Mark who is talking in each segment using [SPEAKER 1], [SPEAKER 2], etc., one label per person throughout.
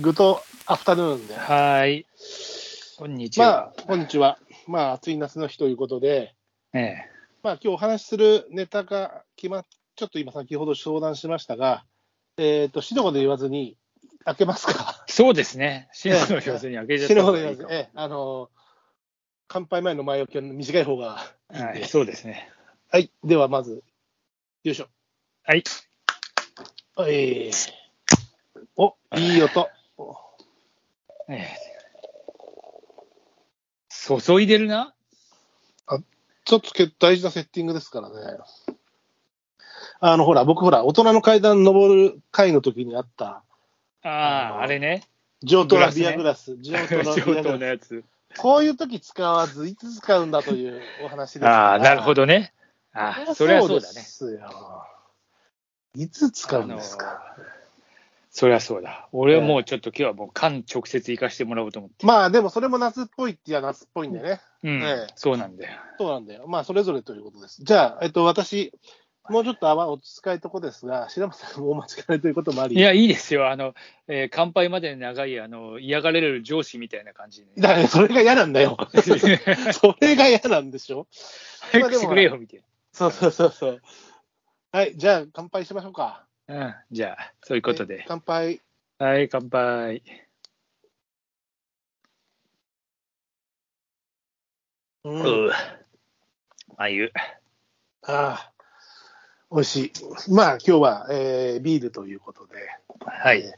[SPEAKER 1] グッドアフタヌーンで。
[SPEAKER 2] はーい。こんにち
[SPEAKER 1] ま
[SPEAKER 2] は。
[SPEAKER 1] あ、こんにちは。まあ、暑い夏の日ということで、
[SPEAKER 2] え
[SPEAKER 1] まあ、今日お話しするネタが決まっ、ちょっと今先ほど商談しましたが、えっ、と、死のこと言わずに、開けますか。
[SPEAKER 2] えそうですね。シーズンの表示に開けちゃっ
[SPEAKER 1] 死
[SPEAKER 2] た
[SPEAKER 1] の
[SPEAKER 2] 方
[SPEAKER 1] こと
[SPEAKER 2] が
[SPEAKER 1] 言
[SPEAKER 2] い
[SPEAKER 1] わ
[SPEAKER 2] い
[SPEAKER 1] ず
[SPEAKER 2] か
[SPEAKER 1] に、
[SPEAKER 2] も。
[SPEAKER 1] ええあの、乾杯前の前置きは短い方がいいん
[SPEAKER 2] は
[SPEAKER 1] で
[SPEAKER 2] い、。そうですね。
[SPEAKER 1] はい、ではまず、よいしょ。
[SPEAKER 2] はい。
[SPEAKER 1] えー、お、いい音。
[SPEAKER 2] ええ注いでるな
[SPEAKER 1] ちょっとけ大事なセッティングですからね。あの、ほら、僕ほら、大人の階段登る回の時にあった、
[SPEAKER 2] あ
[SPEAKER 1] あ
[SPEAKER 2] あ、
[SPEAKER 1] の
[SPEAKER 2] あれね。
[SPEAKER 1] 上等なビアグ
[SPEAKER 2] グ
[SPEAKER 1] ラス、上等な
[SPEAKER 2] 上
[SPEAKER 1] ビアグ
[SPEAKER 2] 等
[SPEAKER 1] ラ
[SPEAKER 2] のやつ。
[SPEAKER 1] ス。こういう時使わず、いつ使うんだというお話ですから。
[SPEAKER 2] ああ、なるほ
[SPEAKER 1] ど。
[SPEAKER 2] どね。ああ、それはそうだね。
[SPEAKER 1] そうですよ。いつ使うんですか。
[SPEAKER 2] そりゃそうだ。俺はもうちょっと今日はもう缶直接行かしてもらおうと思って。
[SPEAKER 1] まあ、でもそれも夏っぽいっていや夏っぽいんだよね。
[SPEAKER 2] うん、
[SPEAKER 1] ええ
[SPEAKER 2] そうなんだよ。
[SPEAKER 1] そうなんだよ。まあ、それぞれということです。じゃあ、えっと、私、もうちょっと泡落ち着かいとこですが、白松さんもお待ちかねということもあり。
[SPEAKER 2] いや、いいですよ。あの、えー乾杯までの長い、あの、嫌がられる上司みたいな 感じで、ね。
[SPEAKER 1] だから、それが嫌なんだ よ。それが嫌なんでしょ
[SPEAKER 2] 早くしてくれよ、みたい
[SPEAKER 1] そうそうそうそう。はい、じゃあ乾杯しましょうか。
[SPEAKER 2] な。うん、じゃあ、そういうこと
[SPEAKER 1] え
[SPEAKER 2] で。
[SPEAKER 1] 乾杯。
[SPEAKER 2] はい、乾杯。
[SPEAKER 1] う、
[SPEAKER 2] うんん。あゆ。
[SPEAKER 1] ああ、美味しい。まあ今日は、えービールということで、
[SPEAKER 2] は
[SPEAKER 1] え
[SPEAKER 2] い。
[SPEAKER 1] ー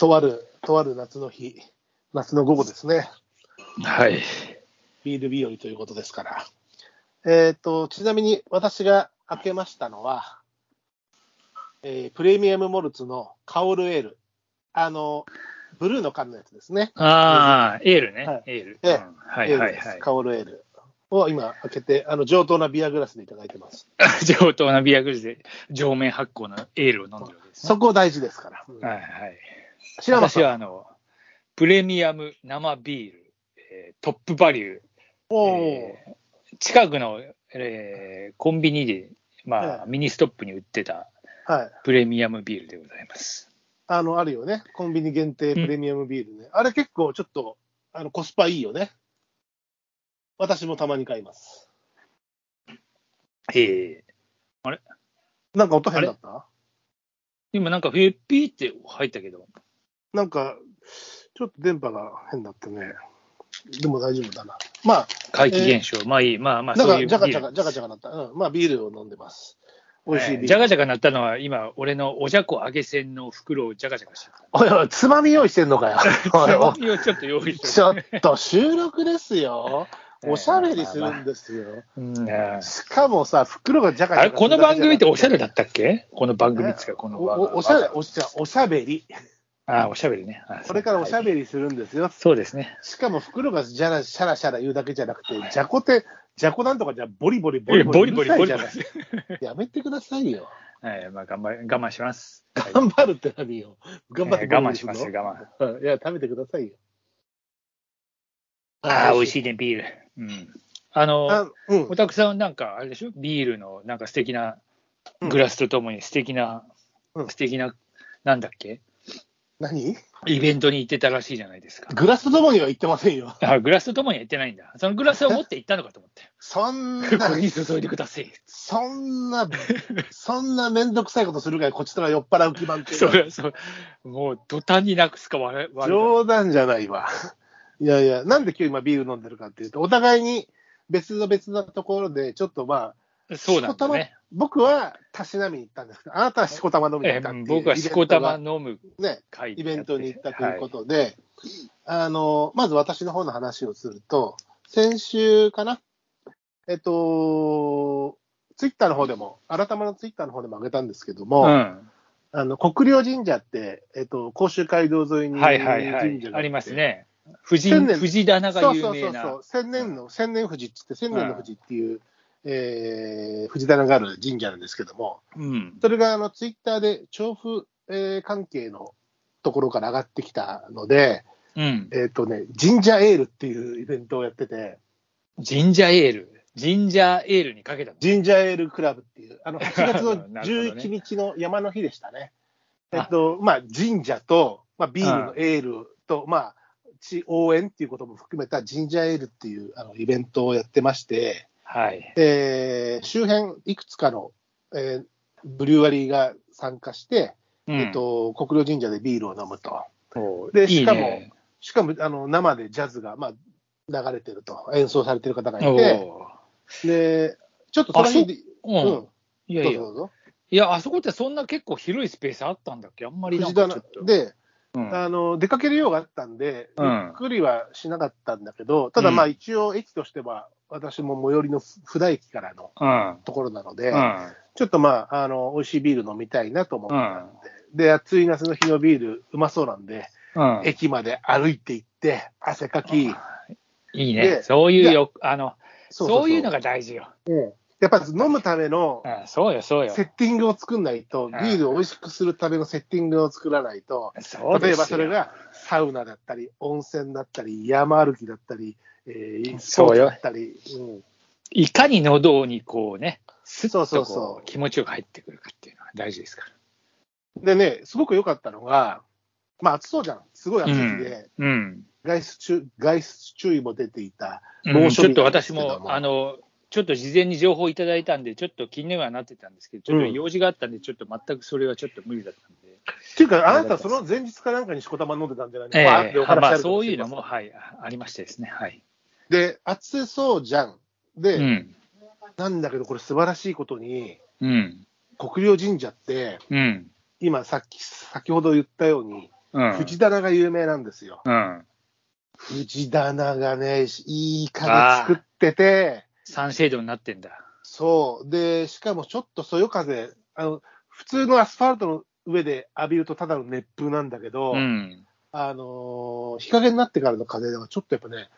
[SPEAKER 1] とある、とある夏の日、夏の午後ですね。
[SPEAKER 2] はい。
[SPEAKER 1] ビール日和ということですから。えっ、と、ちなみに私が開けましたのは、えープレミアムモルツのカオルエール。あの、ブルーの缶のやつですね。
[SPEAKER 2] ああ、エールね。
[SPEAKER 1] はい
[SPEAKER 2] エール。
[SPEAKER 1] ええ
[SPEAKER 2] うんはいはいはい。
[SPEAKER 1] カオルエールを今開けて、あの上等なビアグラスでいただいてます。
[SPEAKER 2] 上等なビアグルで上面発酵のエールを飲んでるわけです、
[SPEAKER 1] そ
[SPEAKER 2] ね。
[SPEAKER 1] こ大事ですから。うん
[SPEAKER 2] はいはい。
[SPEAKER 1] 白松
[SPEAKER 2] 私は
[SPEAKER 1] さん、
[SPEAKER 2] あの、プレミアム生ビール、えートップバリュー、
[SPEAKER 1] おー
[SPEAKER 2] えー近くの、えーコンビニで、まあ、
[SPEAKER 1] ええ
[SPEAKER 2] ミニストップに売ってた
[SPEAKER 1] はい。
[SPEAKER 2] プレミアムビールでございます。
[SPEAKER 1] あの、あるよね。コンビニ限定プレミアムビールね。あれ結構ちょっと、あの、コスパいいよね。私もたまに買います。
[SPEAKER 2] えー
[SPEAKER 1] なんか音変だった
[SPEAKER 2] 今なんか、フェッピーって入ったけど、
[SPEAKER 1] なんか、ちょっと電波が変だってね。でも大丈夫だな。まあ、
[SPEAKER 2] 怪奇現象、まあいい、まあまあ、
[SPEAKER 1] なん
[SPEAKER 2] そう
[SPEAKER 1] か、
[SPEAKER 2] いう
[SPEAKER 1] じゃか
[SPEAKER 2] ビ
[SPEAKER 1] じ
[SPEAKER 2] ー
[SPEAKER 1] ゃか、
[SPEAKER 2] ル。
[SPEAKER 1] じゃかじゃかなった。うん。まあ、ビールを飲んでます。美味しいビール。
[SPEAKER 2] じゃがじゃがなったのは、今、俺のおじゃこ揚げせんの袋をじゃがじゃがしてた。
[SPEAKER 1] おいおい、つまみ用意してんのか よ。おい
[SPEAKER 2] つ
[SPEAKER 1] おい
[SPEAKER 2] まみをちょっと用意して
[SPEAKER 1] ちょっと収録です よ。
[SPEAKER 2] ええ
[SPEAKER 1] おしゃべりするんですよ。
[SPEAKER 2] うんあー
[SPEAKER 1] しかもさ、袋がじゃかじゃ
[SPEAKER 2] あ
[SPEAKER 1] か
[SPEAKER 2] れ、この番組っておしゃれだったっけこの番組ですか、この
[SPEAKER 1] お
[SPEAKER 2] 番
[SPEAKER 1] おおしゃれおしゃおしゃべり。
[SPEAKER 2] あーおしゃべりね。あー
[SPEAKER 1] これからおしゃべりするんですよ。
[SPEAKER 2] そうですね。
[SPEAKER 1] しかも袋がじゃらしゃらしゃら言うだけじゃなくて、じゃこて、じゃこなんとかじゃボリボリボ
[SPEAKER 2] ボ
[SPEAKER 1] リ
[SPEAKER 2] リボリボ
[SPEAKER 1] うるさい
[SPEAKER 2] リ
[SPEAKER 1] じ
[SPEAKER 2] ボ
[SPEAKER 1] ゃ
[SPEAKER 2] リ
[SPEAKER 1] ない。やめてくださいよ。
[SPEAKER 2] はい、まあ、頑張り、我慢します。は い
[SPEAKER 1] 頑張るって何よ。頑張って
[SPEAKER 2] えー我慢しますよ、
[SPEAKER 1] ボリ
[SPEAKER 2] 我慢。
[SPEAKER 1] ボリするのうんいや、食べてくださいよ。
[SPEAKER 2] ああ、美味
[SPEAKER 1] い。
[SPEAKER 2] しいね、ビール。うん。あの、
[SPEAKER 1] あうん
[SPEAKER 2] お、たくさんなんか、あれでしょビールの、なんか素敵な、グラスとともに素敵な、
[SPEAKER 1] うん
[SPEAKER 2] 素敵な、なんだっけ
[SPEAKER 1] 何
[SPEAKER 2] イベントに行ってたらしいじゃないですか。
[SPEAKER 1] グラスとともには言ってませんよ。
[SPEAKER 2] あグラスとともには行ってないんだ。そのグラスを持って行ったのかと思って。
[SPEAKER 1] そんな、
[SPEAKER 2] これに注いでくださ い。
[SPEAKER 1] そんな、そんなめんどくさいことするから、こっちとら酔っ払う気満点。
[SPEAKER 2] それそう。もう、途端になくすか悪い。悪い
[SPEAKER 1] 冗談じゃないわ。いやいや、なんで今日今ビール飲んでるかっていうと、お互いに別の別なところで、ちょっとまあ、
[SPEAKER 2] そうなんだね。
[SPEAKER 1] 僕はたしなみに行ったんですけど、あなたはしこたま飲みに行
[SPEAKER 2] え
[SPEAKER 1] ったってい
[SPEAKER 2] ー
[SPEAKER 1] う
[SPEAKER 2] 僕はしこたま
[SPEAKER 1] イベン
[SPEAKER 2] 飲む
[SPEAKER 1] トがね、
[SPEAKER 2] 会。
[SPEAKER 1] イベントに行ったということとで、あの、まず私の方の話をすると、先週かな、えっと、ツイッターの方でも、改まのツイッターの方でも上げたんですけども、
[SPEAKER 2] はいうん。
[SPEAKER 1] あの国領神社って、えっと、甲州街道沿いに
[SPEAKER 2] はいはいは
[SPEAKER 1] 神
[SPEAKER 2] い
[SPEAKER 1] 社。がっ
[SPEAKER 2] あ
[SPEAKER 1] て
[SPEAKER 2] りますね。富士、
[SPEAKER 1] 千年
[SPEAKER 2] 富士棚が有
[SPEAKER 1] そ
[SPEAKER 2] 名
[SPEAKER 1] うそう
[SPEAKER 2] な。
[SPEAKER 1] そうそう、千年の、千年富士っつって、千年の富士っていう、えー、富士棚がある神社なんですけども、
[SPEAKER 2] うん。
[SPEAKER 1] それがあのツイッターで調布、えー関係のところから上がってきたので、
[SPEAKER 2] うん。
[SPEAKER 1] えっ、とね、神社エールっていうイベントをやってて、
[SPEAKER 2] ジンジャーエール。ジンジャーエールにかけたの。
[SPEAKER 1] 神社エールクラブっていう、 あの8月の
[SPEAKER 2] なるほどね
[SPEAKER 1] 11日の山の日でしたね。えっと、まあ、神社と、まあ、ビールのエールと、まあ、ち応援っていうことも含めたジンジャーエールっていうあのイベントをやってまして、
[SPEAKER 2] はい。
[SPEAKER 1] えー周辺いくつかの、えーブリュワリーが参加して、
[SPEAKER 2] うん
[SPEAKER 1] えっ、と、国領神社でビールを飲むと。
[SPEAKER 2] そう
[SPEAKER 1] で
[SPEAKER 2] いい
[SPEAKER 1] しかも
[SPEAKER 2] ね
[SPEAKER 1] しかもあの生でジャズが、まあ、流れてると、演奏されてる方がいて、
[SPEAKER 2] お
[SPEAKER 1] でちょっとその辺で、
[SPEAKER 2] ー
[SPEAKER 1] う
[SPEAKER 2] うんん。いやいや
[SPEAKER 1] どうぞどうぞ
[SPEAKER 2] いや、あそこってそんな結構広いスペースあったんだっけあんまりなん
[SPEAKER 1] 藤
[SPEAKER 2] かち
[SPEAKER 1] 棚
[SPEAKER 2] ょっと。
[SPEAKER 1] で、
[SPEAKER 2] うん
[SPEAKER 1] あの出かけるようがあったんで、
[SPEAKER 2] うん
[SPEAKER 1] ゆっくりはしなかったんだけど、ただまあ
[SPEAKER 2] うん
[SPEAKER 1] 一応駅としては、私も最寄りの布田駅からの
[SPEAKER 2] うん。
[SPEAKER 1] ところなので、
[SPEAKER 2] うん。
[SPEAKER 1] ちょっとまあ、あの、美味しいビール飲みたいなと思っ
[SPEAKER 2] う
[SPEAKER 1] て、
[SPEAKER 2] ん。
[SPEAKER 1] で、暑い夏の日のビール、うまそうなんで、
[SPEAKER 2] うん。
[SPEAKER 1] 駅まで歩いて行って、汗かき、
[SPEAKER 2] いい
[SPEAKER 1] で
[SPEAKER 2] ね。そういうよ、あの、そういうの
[SPEAKER 1] が、
[SPEAKER 2] が大事よ。
[SPEAKER 1] うんやっぱ飲むための
[SPEAKER 2] うん、そうよ、そうよ。
[SPEAKER 1] セッティングを作んないと、
[SPEAKER 2] ん
[SPEAKER 1] ビールを美味しくするためのセッティングを作らないと、
[SPEAKER 2] そう
[SPEAKER 1] 例
[SPEAKER 2] ですよ
[SPEAKER 1] えばそれ、がサウナだったり、温泉だったり、山歩きだったり、えー、スポー
[SPEAKER 2] そう
[SPEAKER 1] ツだ
[SPEAKER 2] よ
[SPEAKER 1] ったり、うん
[SPEAKER 2] いかに喉にこうね、スッとこう
[SPEAKER 1] そうそうそう
[SPEAKER 2] 気持ちよく入ってくるかっていうのは大事ですから。
[SPEAKER 1] でね、すごく良かったのが、まあ暑そうじゃん、すごい暑い日で、
[SPEAKER 2] うん。
[SPEAKER 1] 外出中外出注意も出ていた、
[SPEAKER 2] う
[SPEAKER 1] 猛
[SPEAKER 2] ん、
[SPEAKER 1] 暑
[SPEAKER 2] ちょっ
[SPEAKER 1] 日
[SPEAKER 2] と
[SPEAKER 1] なんです
[SPEAKER 2] 私
[SPEAKER 1] けども
[SPEAKER 2] も、あの、ちょっと事前に情報いただいたんで、ちょっと気にはなってたんですけど、ちょっと用事があったんで、ちょっと全くそれはちょっと無理だったんで。
[SPEAKER 1] っていうか、あなた、その前日かなんかにしこたま飲んでたんじゃないの
[SPEAKER 2] え
[SPEAKER 1] わーって
[SPEAKER 2] え
[SPEAKER 1] お話
[SPEAKER 2] ま
[SPEAKER 1] あ
[SPEAKER 2] あ、
[SPEAKER 1] るか
[SPEAKER 2] そ
[SPEAKER 1] も
[SPEAKER 2] う
[SPEAKER 1] し
[SPEAKER 2] い
[SPEAKER 1] れ
[SPEAKER 2] う
[SPEAKER 1] ません
[SPEAKER 2] のも、はい、あありましてですね。はい。
[SPEAKER 1] で、暑そうじゃん。で、
[SPEAKER 2] うん。
[SPEAKER 1] なんだけど、これ、素晴らしいことに、
[SPEAKER 2] うん。
[SPEAKER 1] 国領神社って、
[SPEAKER 2] うん。
[SPEAKER 1] 今さっき、先ほど言ったように、
[SPEAKER 2] うん。
[SPEAKER 1] 藤棚が有名なんですよ。
[SPEAKER 2] うん。
[SPEAKER 1] 藤棚がね、いい風作ってて、
[SPEAKER 2] サンシェードになってんだ。
[SPEAKER 1] そう、で、しかもちょっとそよ風、あの普通のアスファルトの上で浴びるとただの熱風なんだけど、
[SPEAKER 2] うん。
[SPEAKER 1] あのー日陰になってからの風がちょっとやっぱね、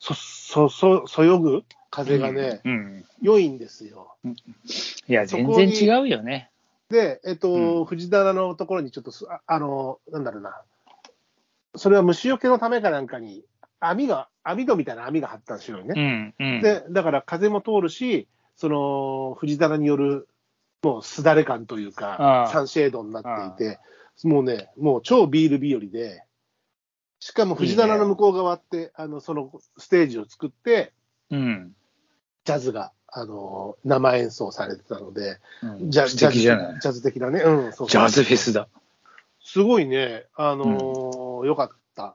[SPEAKER 1] そ、そ、そ、そよぐ風がね、
[SPEAKER 2] うんうん
[SPEAKER 1] 良いんですよ。
[SPEAKER 2] いや、
[SPEAKER 1] そ
[SPEAKER 2] 全
[SPEAKER 1] こに
[SPEAKER 2] 然違うよね。
[SPEAKER 1] で、えっと、
[SPEAKER 2] う
[SPEAKER 1] 藤棚のところにちょっとす、あ、あのーなんだろうな、それは虫除けのためかなんかに、網が、網戸みたいな網が張ったんですよね。
[SPEAKER 2] うん、うん。
[SPEAKER 1] で、だから風も通るし、その藤棚によるもうすだれ感というか
[SPEAKER 2] あ、あ
[SPEAKER 1] サンシェードになっていて、もうね、もう超ビール日和で、しかも藤棚の向こう側って、あのそのステージを作って、
[SPEAKER 2] うん。
[SPEAKER 1] ジャズが、あの生演奏されてたので、
[SPEAKER 2] うん
[SPEAKER 1] ジャ
[SPEAKER 2] 素
[SPEAKER 1] ジャズ
[SPEAKER 2] 敵じゃない
[SPEAKER 1] ジャズ的なね、うん、そうそう
[SPEAKER 2] ジャズフェスだ。
[SPEAKER 1] すごいね、あのーよかった。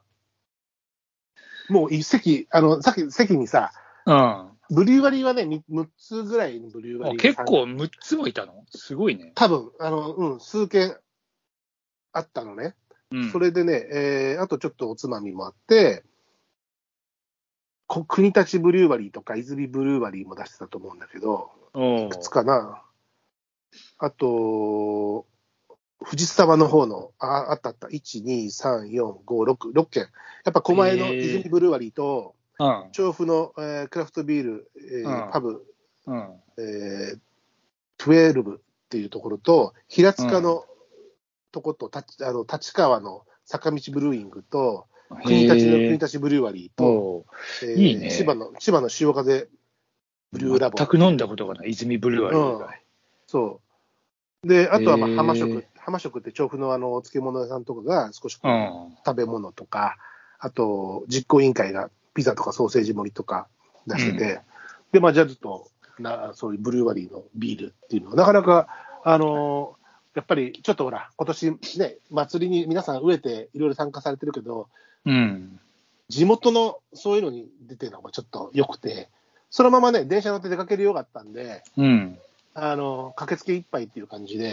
[SPEAKER 1] もう一席、あの、さっき席にさ、
[SPEAKER 2] うん。あ
[SPEAKER 1] ブリュワリーはね、み6つぐらいのブリュワリーが
[SPEAKER 2] 結構6つもいたのすごいね。
[SPEAKER 1] 多分あの、うん、数件あったのね、
[SPEAKER 2] うん
[SPEAKER 1] それでね、えーあとちょっとおつまみもあって、こ国立ブリューバリーとか、泉ブリューバリーも出してたと思うんだけど、
[SPEAKER 2] おう
[SPEAKER 1] いくつかな、あと、藤スタバの方の、ああったあった、1、2、3、4、5、6、6件、やっぱ狛江の
[SPEAKER 2] へー
[SPEAKER 1] 泉ブリューバリーと、
[SPEAKER 2] うん。
[SPEAKER 1] 調布の、えークラフトビール、えー
[SPEAKER 2] うん
[SPEAKER 1] パブ、
[SPEAKER 2] うん。
[SPEAKER 1] えー、12っていうところと、平塚のとこと、たちあの立川の坂道ブルーイングと、国立の
[SPEAKER 2] へー
[SPEAKER 1] 国立ブリュワリーと、
[SPEAKER 2] おう
[SPEAKER 1] えー
[SPEAKER 2] いいね
[SPEAKER 1] 千葉の千葉の潮風ブリューラボ
[SPEAKER 2] 全く飲んだことがない、泉ブルーワリー以外。
[SPEAKER 1] そう。で、あとはまあ
[SPEAKER 2] へー
[SPEAKER 1] 浜食、浜食って調布のあのお漬物屋さんとかが少しこ
[SPEAKER 2] う。
[SPEAKER 1] うん食べ物とか、あと実行委員会がピザとかソーセージ盛りとか出してて、で、まあ、ジャズとなそういうブルーバリーのビールっていうのは、なかなか、あのーやっぱりちょっとほら、今年ね、祭りに皆さん飢えていろいろ参加されてるけど、
[SPEAKER 2] うん。
[SPEAKER 1] 地元のそういうのに出てるのがちょっと良くて、そのままね、電車乗って出かけるようがあったんで、
[SPEAKER 2] うん。
[SPEAKER 1] あのー駆けつけ一杯っていう感じで、